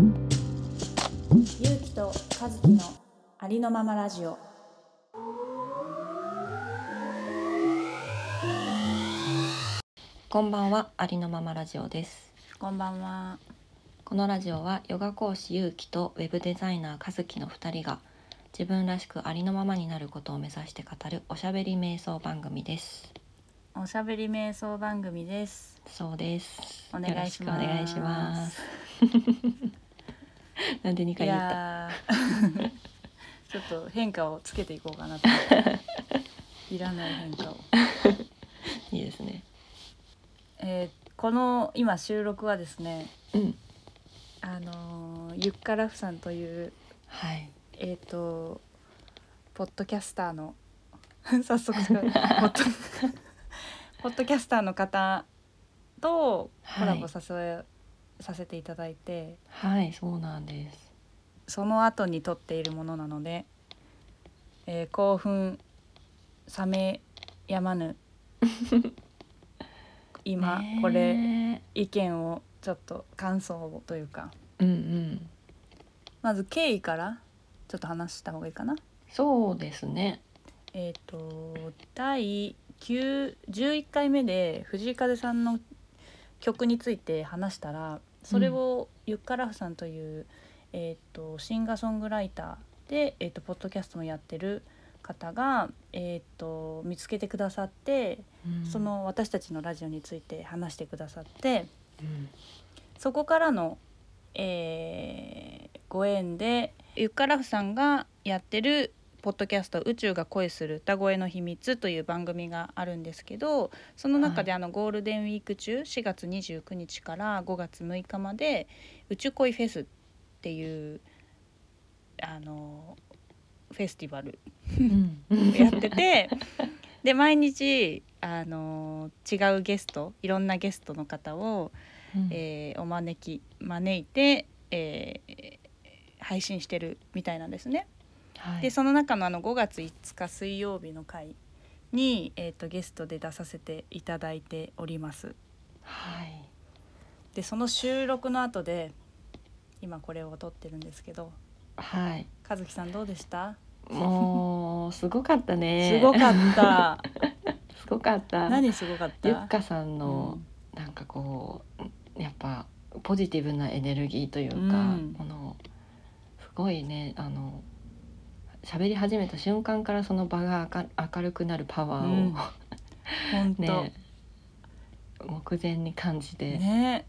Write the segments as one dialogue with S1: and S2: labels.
S1: ゆうきと和樹のありのままラジオ
S2: こんばんは、ありのままラジオです。
S1: こんばんは
S2: このラジオはヨガ講師ゆうきとウェブデザイナーかずきの2人が自分らしくありのままになることを目指して語るおしゃべり瞑想番組です。
S1: おしゃべり瞑想番組です
S2: そうです。
S1: お願いします
S2: よろくお願いします。なんで2
S1: い
S2: 回言った。
S1: やーちょっと変化をつけていこうか なと思っていらない変化を
S2: いいですね。
S1: えーこの今収録はですね
S2: うん。
S1: あのーゆっからふさんという
S2: はい。
S1: えっ、とポッドキャスターの 早速違うポッ ドポッドキャスターの方とコラボさせ,、させていただいて
S2: はい、そうなんです。
S1: その後に撮っているものなので、えー興奮冷めやま ぬ今
S2: ねえ
S1: こ
S2: う
S1: れ
S2: ん
S1: 意見をちょっと感想をというか
S2: うん。
S1: まず経緯からちょっと話した方がいいかな。
S2: そうですね。
S1: えっ、と第9 11回目で藤井風さんの曲について話したらそれをゆっからふさんという、えっとシンガーソングライターで、えっとポッドキャストもやってる方が、えっと見つけてくださって
S2: うん
S1: そ、の私たちのラジオについて話してくださって
S2: うん、
S1: そこからの、えーご縁でゆっからふさんがやってるポッドキャスト「宇宙が恋する歌声の秘密」という番組があるんですけどその中であのゴールデンウィーク中4月29日から5月6日まで「宇宙恋フェス」っていうあのフェスティバル
S2: うん、
S1: やっててで毎日あの違うゲストいろんなゲストの方を えーお招き招いて、えー配信してるみたいなんですね。
S2: はい
S1: でその中のあの5月5日水曜日の回に、えー、とゲストで出させていただいております。
S2: はい。
S1: でその収録の後で今これを撮ってるんですけど
S2: はい。
S1: 和樹さんどうでした、
S2: もうすごかったね。
S1: すごかった
S2: すごかった。
S1: 何すごかっ
S2: ゆ
S1: た
S2: っかさん
S1: う
S2: の
S1: ん、
S2: なんかこうやっぱポジティブなエネルギーというか、
S1: うん
S2: このすごいねあの喋り始めた瞬間からその場が明る明るくなるパワーを、
S1: 本当
S2: ね目前に感じて、
S1: ね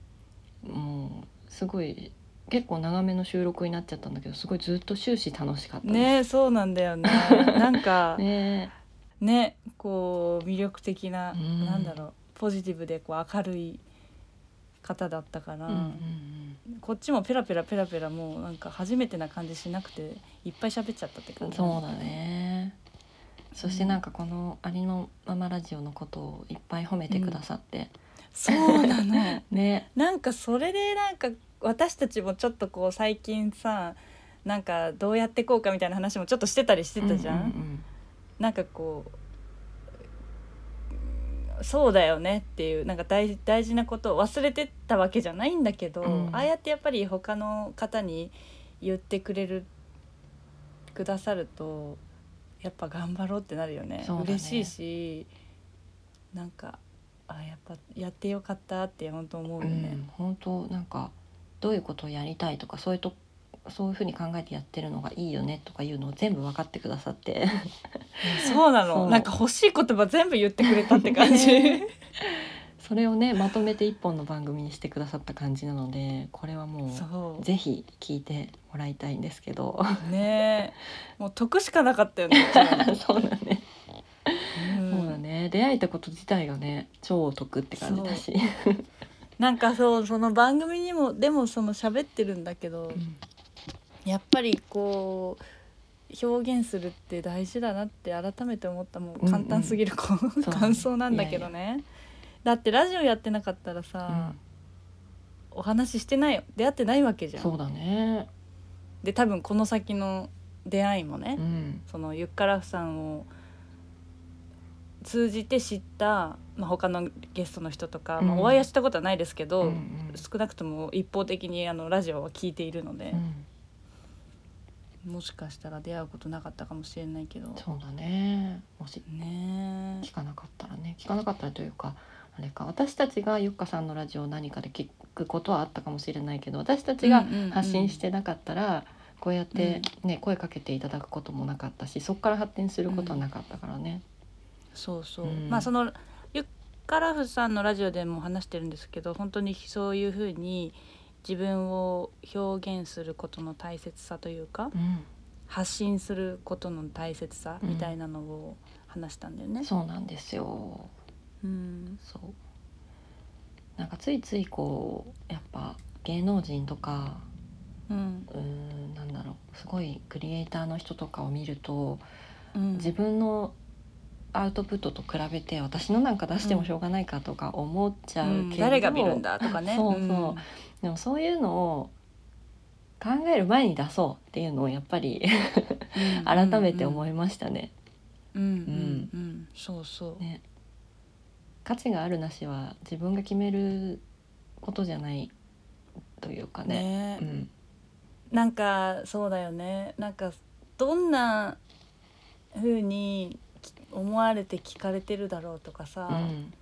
S2: もうすごい結構長めの収録になっちゃったんだけどすごいずっと終始楽しかったです
S1: ねそうなんだよねなんか
S2: ね
S1: ねこう魅力的な、
S2: うん
S1: なんだろうポジティブでこう明るい方だったから、
S2: うんうん
S1: こっちもペラペラペラペラもうなんか初めてな感じしなくていっぱい喋っちゃったって
S2: う
S1: 感
S2: ん、
S1: じ
S2: そうだねそしてなんかこの「ありのままラジオ」のことをいっぱい褒めてくださって、
S1: そうな の
S2: ね
S1: なんかそれでなんか私たちもちょっとこう最近さなんかどうやってこうかみたいな話もちょっとしてたりしてたじゃん、
S2: ううん
S1: なんかこううんそうだよねっていうなんか大大事なことを忘れてたわけじゃないんだけど、
S2: うん
S1: ああやってやっぱり他の方に言ってくれるくださるとやっぱ頑張ろうってなるよね
S2: そうだね
S1: 嬉しいしなんかあやっぱやってよかったって本当思う
S2: う
S1: よ
S2: ん
S1: ね。
S2: うん本当なんかどういうことをやりたいとかそういうとそういうふうに考えてやってるのがいいよねとかいうのを全部分かってくださって
S1: そうな
S2: そ
S1: の
S2: う
S1: なんか欲しい言葉全部言ってくれたって感 じ。
S2: それをねまとめて一本の番組にしてくださった感じなのでこれはも
S1: そう
S2: うぜひ聞いてもらいたいんですけど
S1: ねえもう得しかなかったよね。うちら
S2: そうだね、
S1: うん
S2: そうだね出会えたこと自体がね超お得って感じだし。
S1: なんかそうその番組にもでもその喋ってるんだけど
S2: うん
S1: やっぱりこう表現するって大事だなって改めて思ったも
S2: うんう
S1: うん簡単すぎるこ う、
S2: そう
S1: 感想なんだけどねだってラジオやってなかったらさ、お話ししてない出会ってないわけじゃん
S2: そうだね。
S1: で多分この先の出会いもね、
S2: うん
S1: そのユッカラフさんを通じて知った、まあ、他のゲストの人とか、まあ、
S2: うん
S1: お会いはしたことはないですけど、
S2: うんうん
S1: 少なくとも一方的にあのラジオは聞いているので
S2: う、ん
S1: もしかしたら出会うことなかったかもしれないけど
S2: そうだねもし
S1: ね
S2: 聞かなかったらね聞かなかったらというかあれか私たちがゆっかさんのラジオを何かで聞くことはあったかもしれないけど私たちが
S1: うんうんうん
S2: 発信してなかったら、こうやって、ね声かけていただくこともなかったしそこから発展することはなかったからね。
S1: そうそう、
S2: うん
S1: まあそのユッカラフさんのラジオでも話してるんですけど本当にそういうふうに自分を表現することの大切さというか、
S2: うん
S1: 発信することの大切さみたいなのを話したんだよね。
S2: そうなんですよ
S1: うん、
S2: そうなんかついついこうやっぱ芸能人とか
S1: うん、
S2: うーんなんだろうすごいクリエイターの人とかを見ると
S1: うん、
S2: 自分のアウトプットと比べて私のなんか出してもしょうがないかとか思っちゃうけれど、
S1: 誰が見るんだとかね。
S2: そうそうでもそういうのを考える前に出そうっていうのをやっぱり
S1: うん
S2: 改めて思いましたね。
S1: うん、うん、うん、うんそうそう。
S2: ね価値があるなしは自分が決めることじゃないというかね。
S1: ね、
S2: うん
S1: なんかそうだよね。なんかどんな風にき思われて聞かれてるだろうとかさ、
S2: うん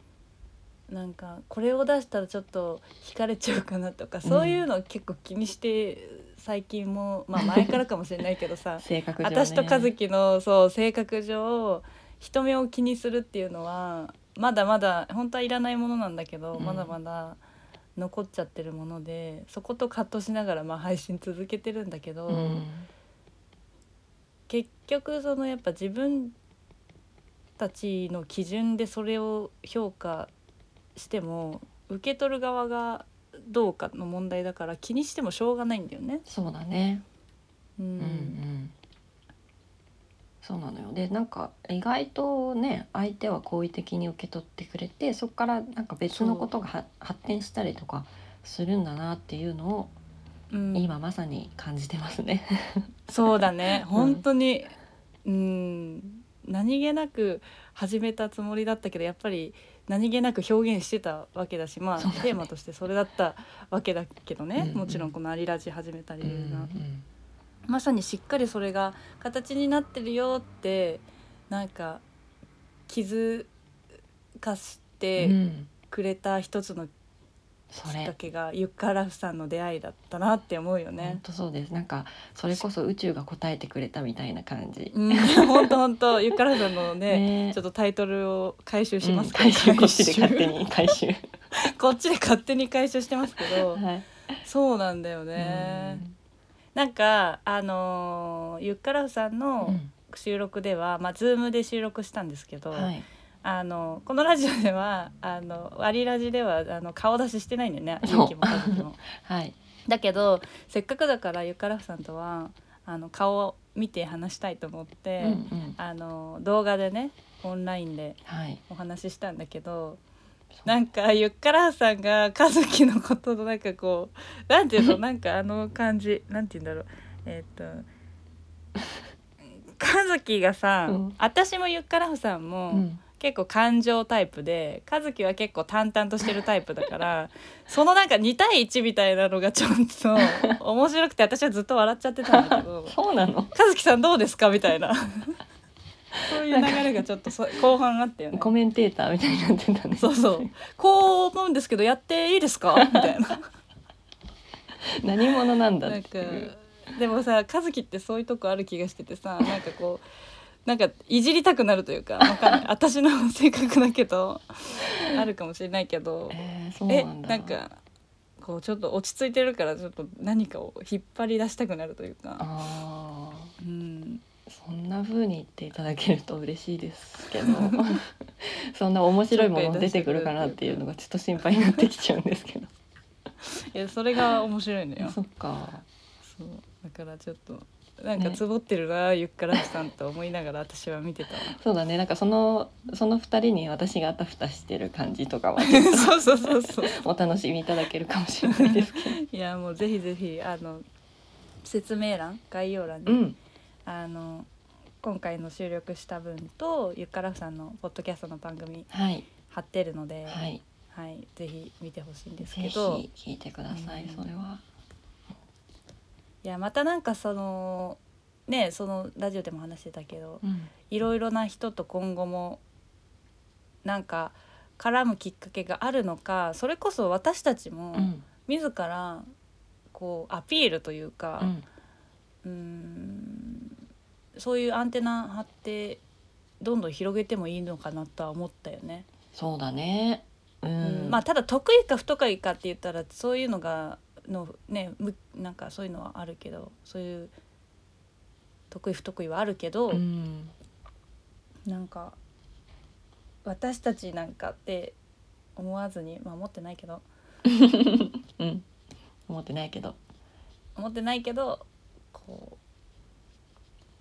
S1: なんかこれを出したらちょっと惹かれちゃうかなとか、そういうの結構気にして最近もまあ前からかもしれないけどさ、
S2: 性格上ね
S1: 私と和樹のそう性格上人目を気にするっていうのはまだまだ本当はいらないものなんだけど、
S2: うん
S1: まだまだ残っちゃってるものでそこと葛藤しながらまあ配信続けてるんだけど、
S2: うん
S1: 結局そのやっぱ自分たちの基準でそれを評価しても受け取る側がどうかの問題だから気にしてもしょうがないんだよね。
S2: そうだね。
S1: う
S2: うんうん。そうなのよ。で、なんか意外とね、相手は好意的に受け取ってくれて、そこからなんか別のことがは発展したりとかするんだなっていうのを
S1: うん
S2: 今まさに感じてますね。
S1: そうだね
S2: うん
S1: 本当にうん何気なく始めたつもりだったけどやっぱり何気なく表現してたわけだしまあ
S2: そうだね
S1: テーマとしてそれだったわけだけどね、
S2: うんうん
S1: もちろんこの「アリラジ」始めた理
S2: うん
S1: 由が、まさにしっかりそれが形になってるよってなんか気づかし
S2: うん
S1: て
S2: うん
S1: くれた一つのき
S2: そ
S1: っか
S2: れ。
S1: けが、ユッカラフさんの出会いだったなって思うよ
S2: 本
S1: ね。
S2: 当そうです。なんかそれこそ宇宙が答えてくれたみたいな感じ。
S1: うん、本当本当ユッカラフさんのね
S2: ね
S1: ちょっとタイトルを回収します
S2: うん
S1: けど、
S2: 回収こっちで勝手
S1: 回
S2: に回収。
S1: 収 こっちで勝手に回収してますけど
S2: はい。
S1: そうなんだよね、なんかあのーゆっからふさん
S2: うん。う
S1: の
S2: ん
S1: 収録では、まあズームで収録したんですけど、
S2: はい。
S1: あのこのラジオではあの割りラジではあの顔出ししてないんだよね
S2: そう
S1: ゆうきもかずきも
S2: はい。
S1: だけどせっかくだからゆっからふさんとはあの顔を見て話したいと思って、
S2: うんうん。
S1: あの動画でねオンラインで
S2: はい。
S1: お話ししたんだけどなんかゆっからさんが和樹のことのなんかこうなんていう のなんかあの感じなんて言うんだろうえーっ と和樹がさ、
S2: うん
S1: 私もゆっからふさんも、
S2: うん
S1: 結構感情タイプで和樹は結構淡々としてるタイプだから そのなんか2対1みたいなのがちょっと面白くて私はずっと笑っちゃってたんだけど
S2: そうなの。
S1: 和樹さんどうですかみた いなそういう流れがちょっとそ後半あったよね。
S2: コメンテーターみたいになってたね。
S1: そうそう。 こう思うんですけどやっていいですかみたいな。
S2: 何者なんだ
S1: な
S2: っ
S1: んか
S2: ていう。
S1: でもさ和樹ってそういうとこある気がしててさなんかこう。なんかいじりたくなるというかわ かんない私の性格だけどあるかもしれないけど
S2: えー、そう
S1: え
S2: なんだ。
S1: なんかこうちょっと落ち着いてるからちょっと何かを引っ張り出したくなるというか、
S2: あ
S1: うん、
S2: ーそんな風に言っていただけると嬉しいです けど、そんな面白いもの出てくるかなっていうのがちょっと心配になってきちゃうんですけど。
S1: いやそれが面白いのよ
S2: そっか。
S1: そうだからちょっとなんかつぼってるな、ゆっからさんと思いながら私は見てた わ
S2: そうだね。なんかそのその二人に私があたふたしてる感じとかは
S1: そうそうそうそう
S2: お楽しみいただけるかもしれ ないですけど。
S1: いやもうぜひぜひあの説明欄概要欄に、
S2: うん。
S1: あの今回の収録した分とゆっからふさんのポッドキャストの番組
S2: はい
S1: 貼ってるので、
S2: は
S1: はい
S2: い
S1: ぜひ見てほしいんです
S2: ぜ
S1: け
S2: ひ
S1: ど
S2: 聞いてください、
S1: うん
S2: それはい
S1: やまたなんかそのねそのラジオでも話してたけど
S2: うん
S1: いろいろな人と今後もなんか絡むきっかけがあるのかそれこそ私たちも
S2: うん
S1: 自らこうアピールというか
S2: う、ん
S1: うーんそういうアンテナ張ってどんどん広げてもいいのかなとは思ったよね。
S2: そうだねう
S1: うん
S2: ん
S1: まあただ得意か不得意かって言ったらそういうのがのねむなんかそういうのはあるけどそういう得意不得意はあるけど、
S2: うん
S1: なんか私たちなんかって思わずにまあ思ってないけど
S2: うん思ってないけど
S1: 思ってないけどこう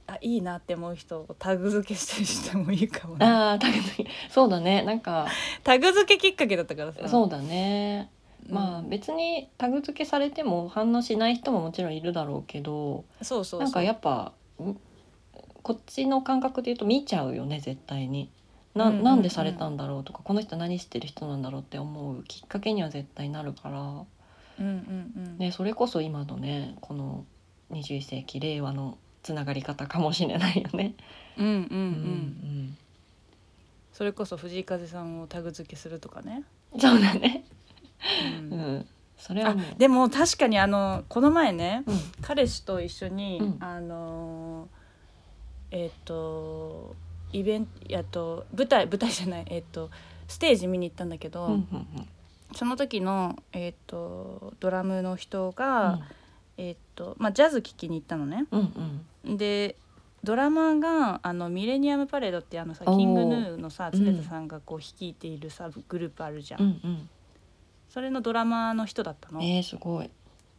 S1: あいいなって思う人をタグ付けしたりしてもいいかもね。
S2: ああタグ付けそうだねなんか
S1: タグ付けきっかけだったからさ
S2: そうだね
S1: うん
S2: まあ別にタグ付けされても反応しない人ももちろんいるだろうけど
S1: そうそうそう
S2: なんかやっぱんこっちの感覚で言うと見ちゃうよね絶対にな,、
S1: うんうんうん
S2: なんでされたんだろうとかこの人何してる人なんだろうって思うきっかけには絶対なるから、
S1: うんうんうん、
S2: ね、それこそ今のねこの21世紀令和のつながり方かもしれないよね。
S1: うんうんうん、
S2: うん
S1: それこそ藤井風さんをタグ付けするとかね、
S2: うん、そうだね、
S1: うん
S2: うん、それは
S1: あ
S2: もう
S1: でも確かにあのこの前ね
S2: うん
S1: 彼氏と一緒に、
S2: うん
S1: あのえっ、とイベントえっと舞台舞台じゃないえっ、とステージ見に行ったんだけど、
S2: うんうんうん
S1: その時のえっ、とドラムの人が、えっ、とまあジャズ聴きに行ったのね。
S2: うんうん
S1: でドラマーがあのミレニアムパレードってあのさ
S2: おー
S1: キングヌーのさ
S2: うん
S1: 常田さんがこう率いているさ、グループあるじゃん、
S2: うんうん
S1: それのドラマーの人だったの。
S2: えー、すごい。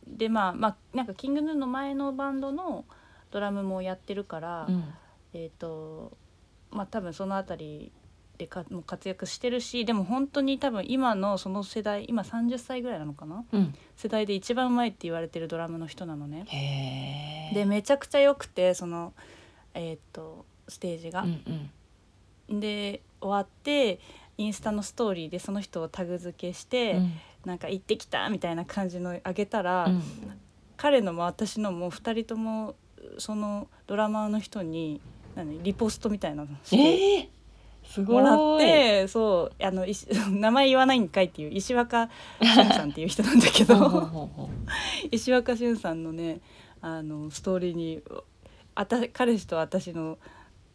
S1: でまあまあなんかキングヌーの前のバンドのドラムもやってるから、
S2: うん
S1: えっ、とまあ多分そのあたりでかもう活躍してるしでも本当に多分今のその世代今30歳ぐらいなのかな
S2: うん、
S1: 世代で一番うまいって言われてるドラムの人なのね。
S2: へえ。
S1: でめちゃくちゃ良くてそのえっ、とステージが。
S2: うんうん
S1: で終わってインスタのストーリーでその人をタグ付けして、
S2: うん
S1: なんか行ってきたみたいな感じのあげたら、
S2: うん
S1: 彼のも私のも2人ともそのドラマーの人に何リポストみたいなのして
S2: ええすご
S1: も
S2: い。
S1: らってそうあのいし 名前言わないんかいっていう石若俊さんっていう人なんだけ
S2: ほうほう
S1: ど
S2: ほうほ
S1: 石若俊さんのねあのストーリーにあた彼氏と私の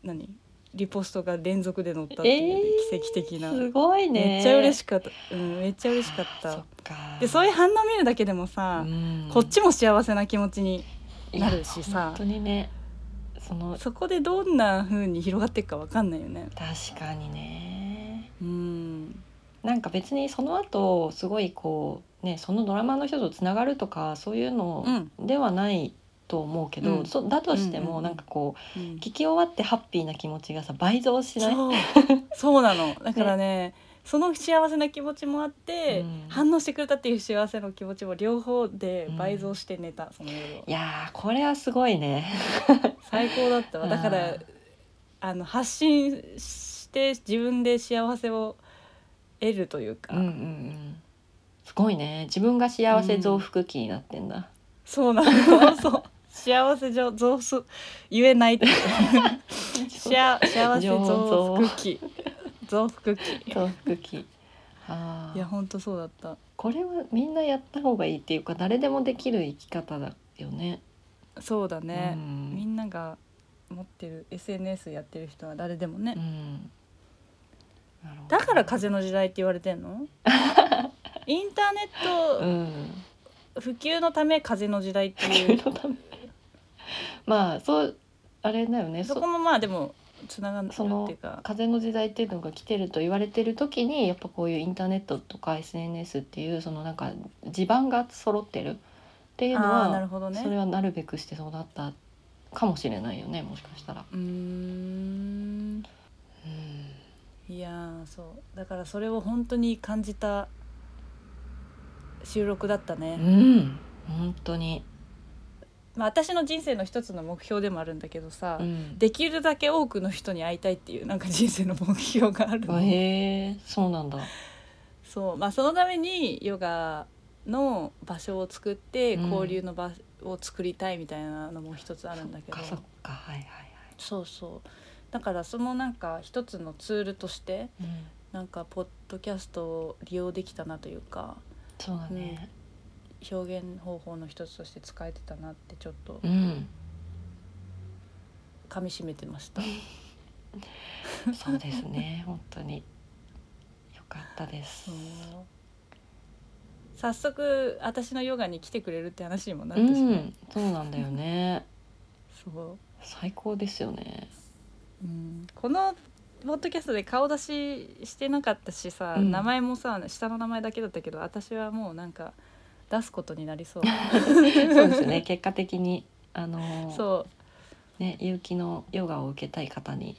S1: 何リポストが連続で載ったっ
S2: う。
S1: ていうね、
S2: ええ
S1: 奇跡的な。
S2: すごいね。
S1: めっちゃ嬉し
S2: く
S1: かった、うん、めっちゃ嬉しかった
S2: そっか。
S1: でそういう反応見るだけでもさ、
S2: うん
S1: こっちも幸せな気持ちになるし
S2: いや
S1: さ
S2: 本当にね、その
S1: そこでどんな風に広がっていくかわかんないよね
S2: 確かにね。
S1: うん
S2: なんか別にその後すごいこうねそのドラマの人とつながるとかそういうの
S1: うん
S2: ではないと思うけど、
S1: うん
S2: そだとしても
S1: うん
S2: なんかこう
S1: うん
S2: 聞き終わってハッピーな気持ちがさ倍増しない？
S1: そうそうなのだからねその幸せな気持ちもあって、
S2: うん
S1: 反応してくれたっていう幸せの気持ちも両方で倍増して寝た、その夜はい
S2: やーこれはすごいね。
S1: 最高だったわだから
S2: うん
S1: あの発信して自分で幸せを得るというか、
S2: うんうんうん。すごいね。自分が幸せ増幅期になってんだ。
S1: そうなの。そう。幸せ増増す言え ないって。幸幸せ増幅期。増幅期。
S2: 増幅期。あ
S1: いや
S2: あ。
S1: 本当そうだった。
S2: これはみんなやった方がいいっていうか誰でもできる生き方だよね。
S1: そうだ
S2: う
S1: ね。み
S2: ん。
S1: んなが持ってる SNS やってる人は誰でもね。
S2: うんなるほど
S1: だから風の時代って言われてん の？インターネ
S2: う
S1: ッ
S2: ん。
S1: ト普及のため風の時代ってい
S2: 冬
S1: う。
S2: のためまあそうあれだよね。
S1: そ
S2: そ
S1: こもまあでもつながるって
S2: その
S1: いうか。
S2: 風の時代っていうのが来てると言われてる時にやっぱこういうインターネットとか SNS っていうそのなんか地盤が揃ってるっていうの
S1: ああーな
S2: は、
S1: るほどね。
S2: それはなるべくしてそうなったかもしれないよねもしかしたら。
S1: うーん。いやーそうだからそれを本当に感じた収録だった
S2: う
S1: ね、
S2: ん本当に
S1: まあ、私の人生の一つの目標でもあるんだけどさ、
S2: うん、
S1: できるだけ多くの人に会いたいっていうなんか人生の目標があるの
S2: あへえそうなんだ
S1: そうまあ、そのためにヨガの場所を作って
S2: うん
S1: 交流の場を作りたいみたいなのも一つあるんだけど、
S2: そっかそっかはいはいは
S1: そうそうだからそのなんか一つのツールとして
S2: い、うん、
S1: なんかポッドキャストを利用できたなというか
S2: そうだね
S1: 表現方法の一つとして使えてたなってちょっと
S2: うん、
S1: 噛みしめてました。
S2: そうですね本当によかったです
S1: そう早速私のヨガに来てくれるって話にもなっ
S2: う
S1: てしまう、
S2: んそうなんだよね
S1: そう
S2: 最高ですよ ね
S1: うんこのポッドキャストで顔出ししてなかったしさ、
S2: うん
S1: 名前もさ下の名前だけだったけど私はもうなんか出すことになりそう
S2: そうですね結果的にあの
S1: そ
S2: ね有機のヨガを受けたい方に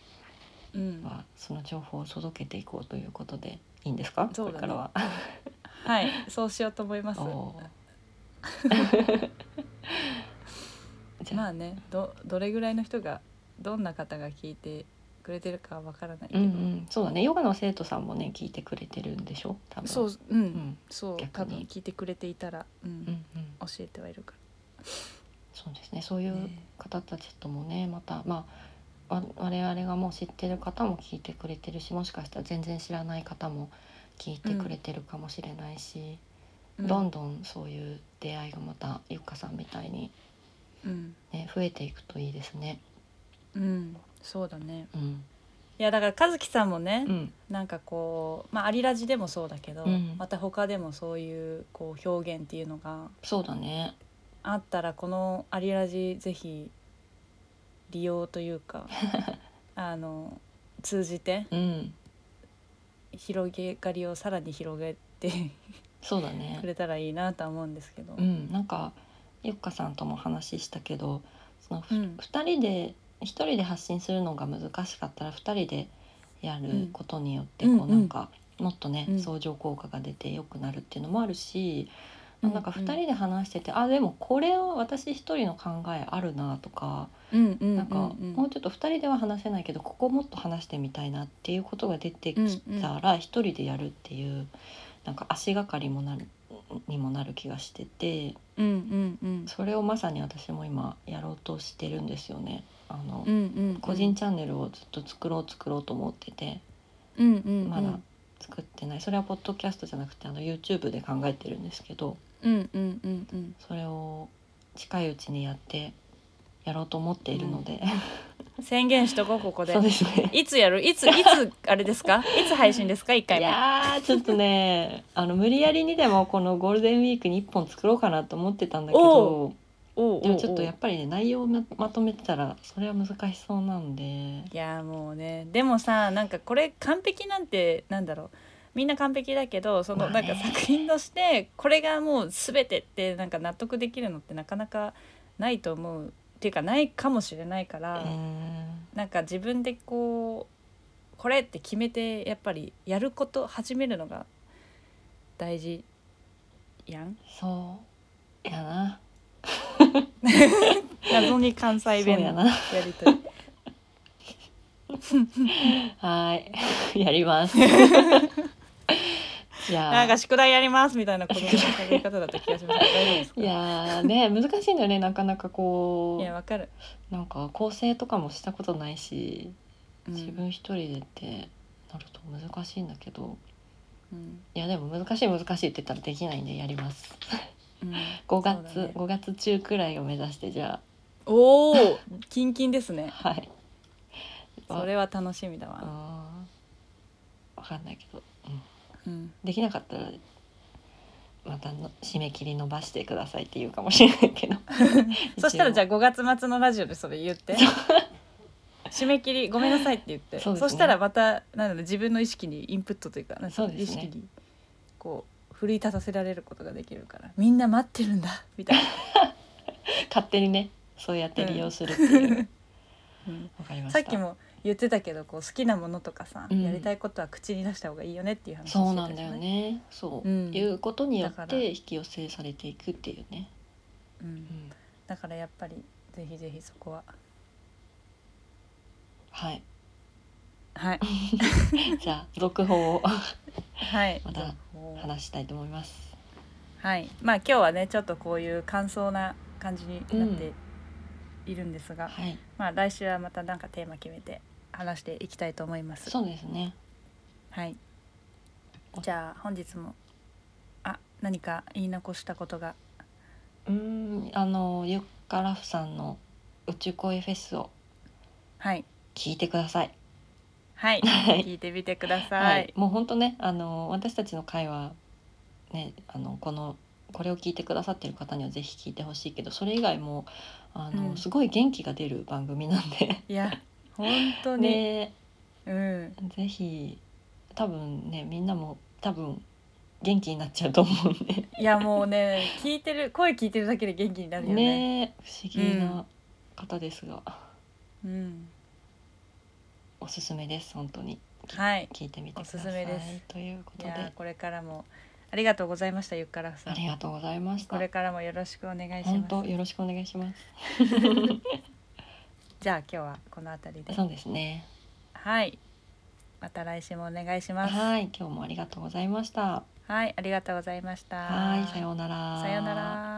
S1: う、うん、
S2: はその情報を届けていこうということでいいんですか、
S1: そ
S2: こ
S1: うだ
S2: れ
S1: ね
S2: からは
S1: はいそうしようと思います
S2: おーじゃあ、
S1: まあねどどれぐらいの人がどんな方が聞いてくれてるかはわからないけど、
S2: うんうんそうだねヨガの生徒さんもね聞いてくれてるんでしょ多分、
S1: そうううん、
S2: ん
S1: そう
S2: 逆
S1: 多
S2: に
S1: 分聞いてくれていたら、うん
S2: うんうん、
S1: 教えてはいるか
S2: そうですねそうい
S1: ら、
S2: う
S1: ね
S2: 方たちともねまたまあわ我々がもう知ってる方も聞いてくれてるしもしかしたら全然知らない方も聞いてくれてるかもしれないし、
S1: うん
S2: どんどんそういう出会いがまたゆっかさんみたいに、
S1: うん、
S2: ね、増えていくといいですね。
S1: うん、そうだね
S2: うん、
S1: いやだから和樹さんもね、
S2: うん、
S1: なんかこうまあアリラジでもそうだけど、
S2: うん
S1: また他でもそういうこう表現っていうのが
S2: そうだね
S1: あったらこのアリラジぜひ利用という かあの通じて
S2: うん
S1: 広げがりをさらに広げて
S2: そうだ
S1: く
S2: ね
S1: れたらいいなとは思うんですけど、
S2: うんなんかゆっかさんとも話したけどそのふ、
S1: うん
S2: 2人で1人で発信するのが難しかったら2人でやることによって
S1: うん
S2: こう
S1: うん
S2: なんかもっとね、
S1: うん
S2: 相乗効果が出て良くなるっていうのもあるし、
S1: うん
S2: なんか2人で話してて、あでもこれは私1人の考えあるなとか、
S1: うんうん
S2: なんか
S1: うん
S2: もうちょっと2人では話せないけどここもっと話してみたいなっていうことが出てきたら1人でやるっていうなんか足がかりもなるにもなる気がしてて
S1: うんうんうん
S2: それをまさに私も今やろうとしてるんですよね。あの
S1: うんうんうん
S2: 個人チャンネルをずっと作ろう作ろうと思ってて
S1: うんうんうん
S2: まだ作ってないそれはポッドキャストじゃなくてあの YouTube で考えてるんですけど
S1: うんうんうんうん
S2: それを近いうちにやってやろうと思っているので、
S1: 宣言しとこうここで
S2: そうですね
S1: いつやるいついつあれですかいつ配信ですか一回
S2: い
S1: 目
S2: やーちょっとねあの無理やりにでもこのゴールデンウィークに1本作ろうかなと思ってたんだけ
S1: お
S2: ど
S1: おうおうおう
S2: でもちょっとやっぱりね内容をままとめてたらそれは難しそうなんで
S1: いやもうねでもさなんかこれ完璧なんてなんだろうみんな完璧だけどその
S2: ま
S1: な
S2: あ
S1: ん
S2: ね
S1: か作品としてこれがもう全てってなんか納得できるのってなかなかないと思うっていうかないかもしれないか
S2: う
S1: ら、
S2: ーん
S1: なんか自分でこうこれって決めてやっぱりやること始めるのが大事やん
S2: そうやな
S1: 謎に関西弁
S2: そうや
S1: の
S2: な
S1: やりとり
S2: はーい や りますいやー
S1: なんか宿題やりますみたいな子供の喋り方だった気がします大丈夫ですか
S2: いやーね難しいんだよねなかなかこ
S1: いうやわかる、
S2: なんか構成とかもしたことないし、
S1: うん
S2: 自分一人でってなると難しいんだけど
S1: うん
S2: いやでも難しい難しいって言ったらできないんでや ります。
S1: うん
S2: 5月、
S1: そうだね
S2: 5月中くらいを目指してじゃ
S1: おおキンキンです
S2: あ
S1: ね
S2: はい。
S1: それは楽しみだ
S2: あ
S1: わ、
S2: あーわかんないけど、うん
S1: うん、
S2: できなかったらまたの締め切り伸ばしてくださいって言うかもしれないけど
S1: そしたらじゃあ
S2: あ
S1: 5月末のラジオでそれ言って締め切りごめんなさいって言って
S2: そう
S1: そ,、
S2: です
S1: し
S2: ね
S1: たらまたなんだろう自分の意識にインプットというかなんか
S2: そうです
S1: 意
S2: ね
S1: 識にこう奮い立たせられることができるからみんな待ってるんだみたいな、
S2: 勝手にねそうやって利用するっていう、わ
S1: うん
S2: かりまし
S1: さ
S2: た
S1: っきも言ってたけどこう好きなものとかさ、
S2: うん
S1: やりたいことは口に出した方がいいよねっていう話をして
S2: そうな
S1: た
S2: ん
S1: じ
S2: だ
S1: ゃ
S2: よ
S1: い、
S2: ねそう、
S1: うん
S2: いうことによ
S1: だ
S2: っ
S1: から
S2: て引き寄せされていくっていうね、
S1: うん
S2: うん
S1: だからやっぱりぜひぜひそこは
S2: はい。
S1: はい
S2: じゃあ続報を
S1: はい
S2: また
S1: 情報
S2: 話したいと思います。
S1: はいまあ今日はねちょっとこういう感想な感じになっているんですが、
S2: はい。
S1: まあ来週はまたなんかテーマ決めて話していきたいと思います
S2: そうですね。
S1: はいじゃあ本日もあ何か言い残したことが
S2: うーん、あのユッカラフさんの宇宙恋フェスを
S1: はい
S2: 聞いてください。
S1: はい
S2: はい
S1: 聞いてみてください、
S2: もう本当ね、あの私たちの会話ね、あのこのこれを聞いてくださってる方にはぜひ聞いてほしいけど、それ以外もあの、
S1: うん
S2: すごい元気が出る番組なんで、
S1: い、や本当に、
S2: ね、
S1: うん
S2: ぜひ多分ねみんなも多分元気になっちゃうと思うんで。
S1: いやもうね聞いてる声聞いてるだけで元気になるよね
S2: ね不思議な方ですが、
S1: うん
S2: おすすめです本当に
S1: はい
S2: 聞いてみてください
S1: おすすめです
S2: ということ
S1: い
S2: で
S1: やこれからもありがとうございましたゆっからふさ
S2: あ
S1: ん
S2: りがとうございまし
S1: こ
S2: た
S1: れからもよろしくお願いし
S2: 本
S1: ま
S2: 当
S1: す
S2: よろしくお願いします
S1: じゃあ今日はこの辺りで
S2: そうですね
S1: はいまた来週もお願いしますはい
S2: はい今日もありがとうございました
S1: ありがとうございました
S2: はいさようなら
S1: さようなら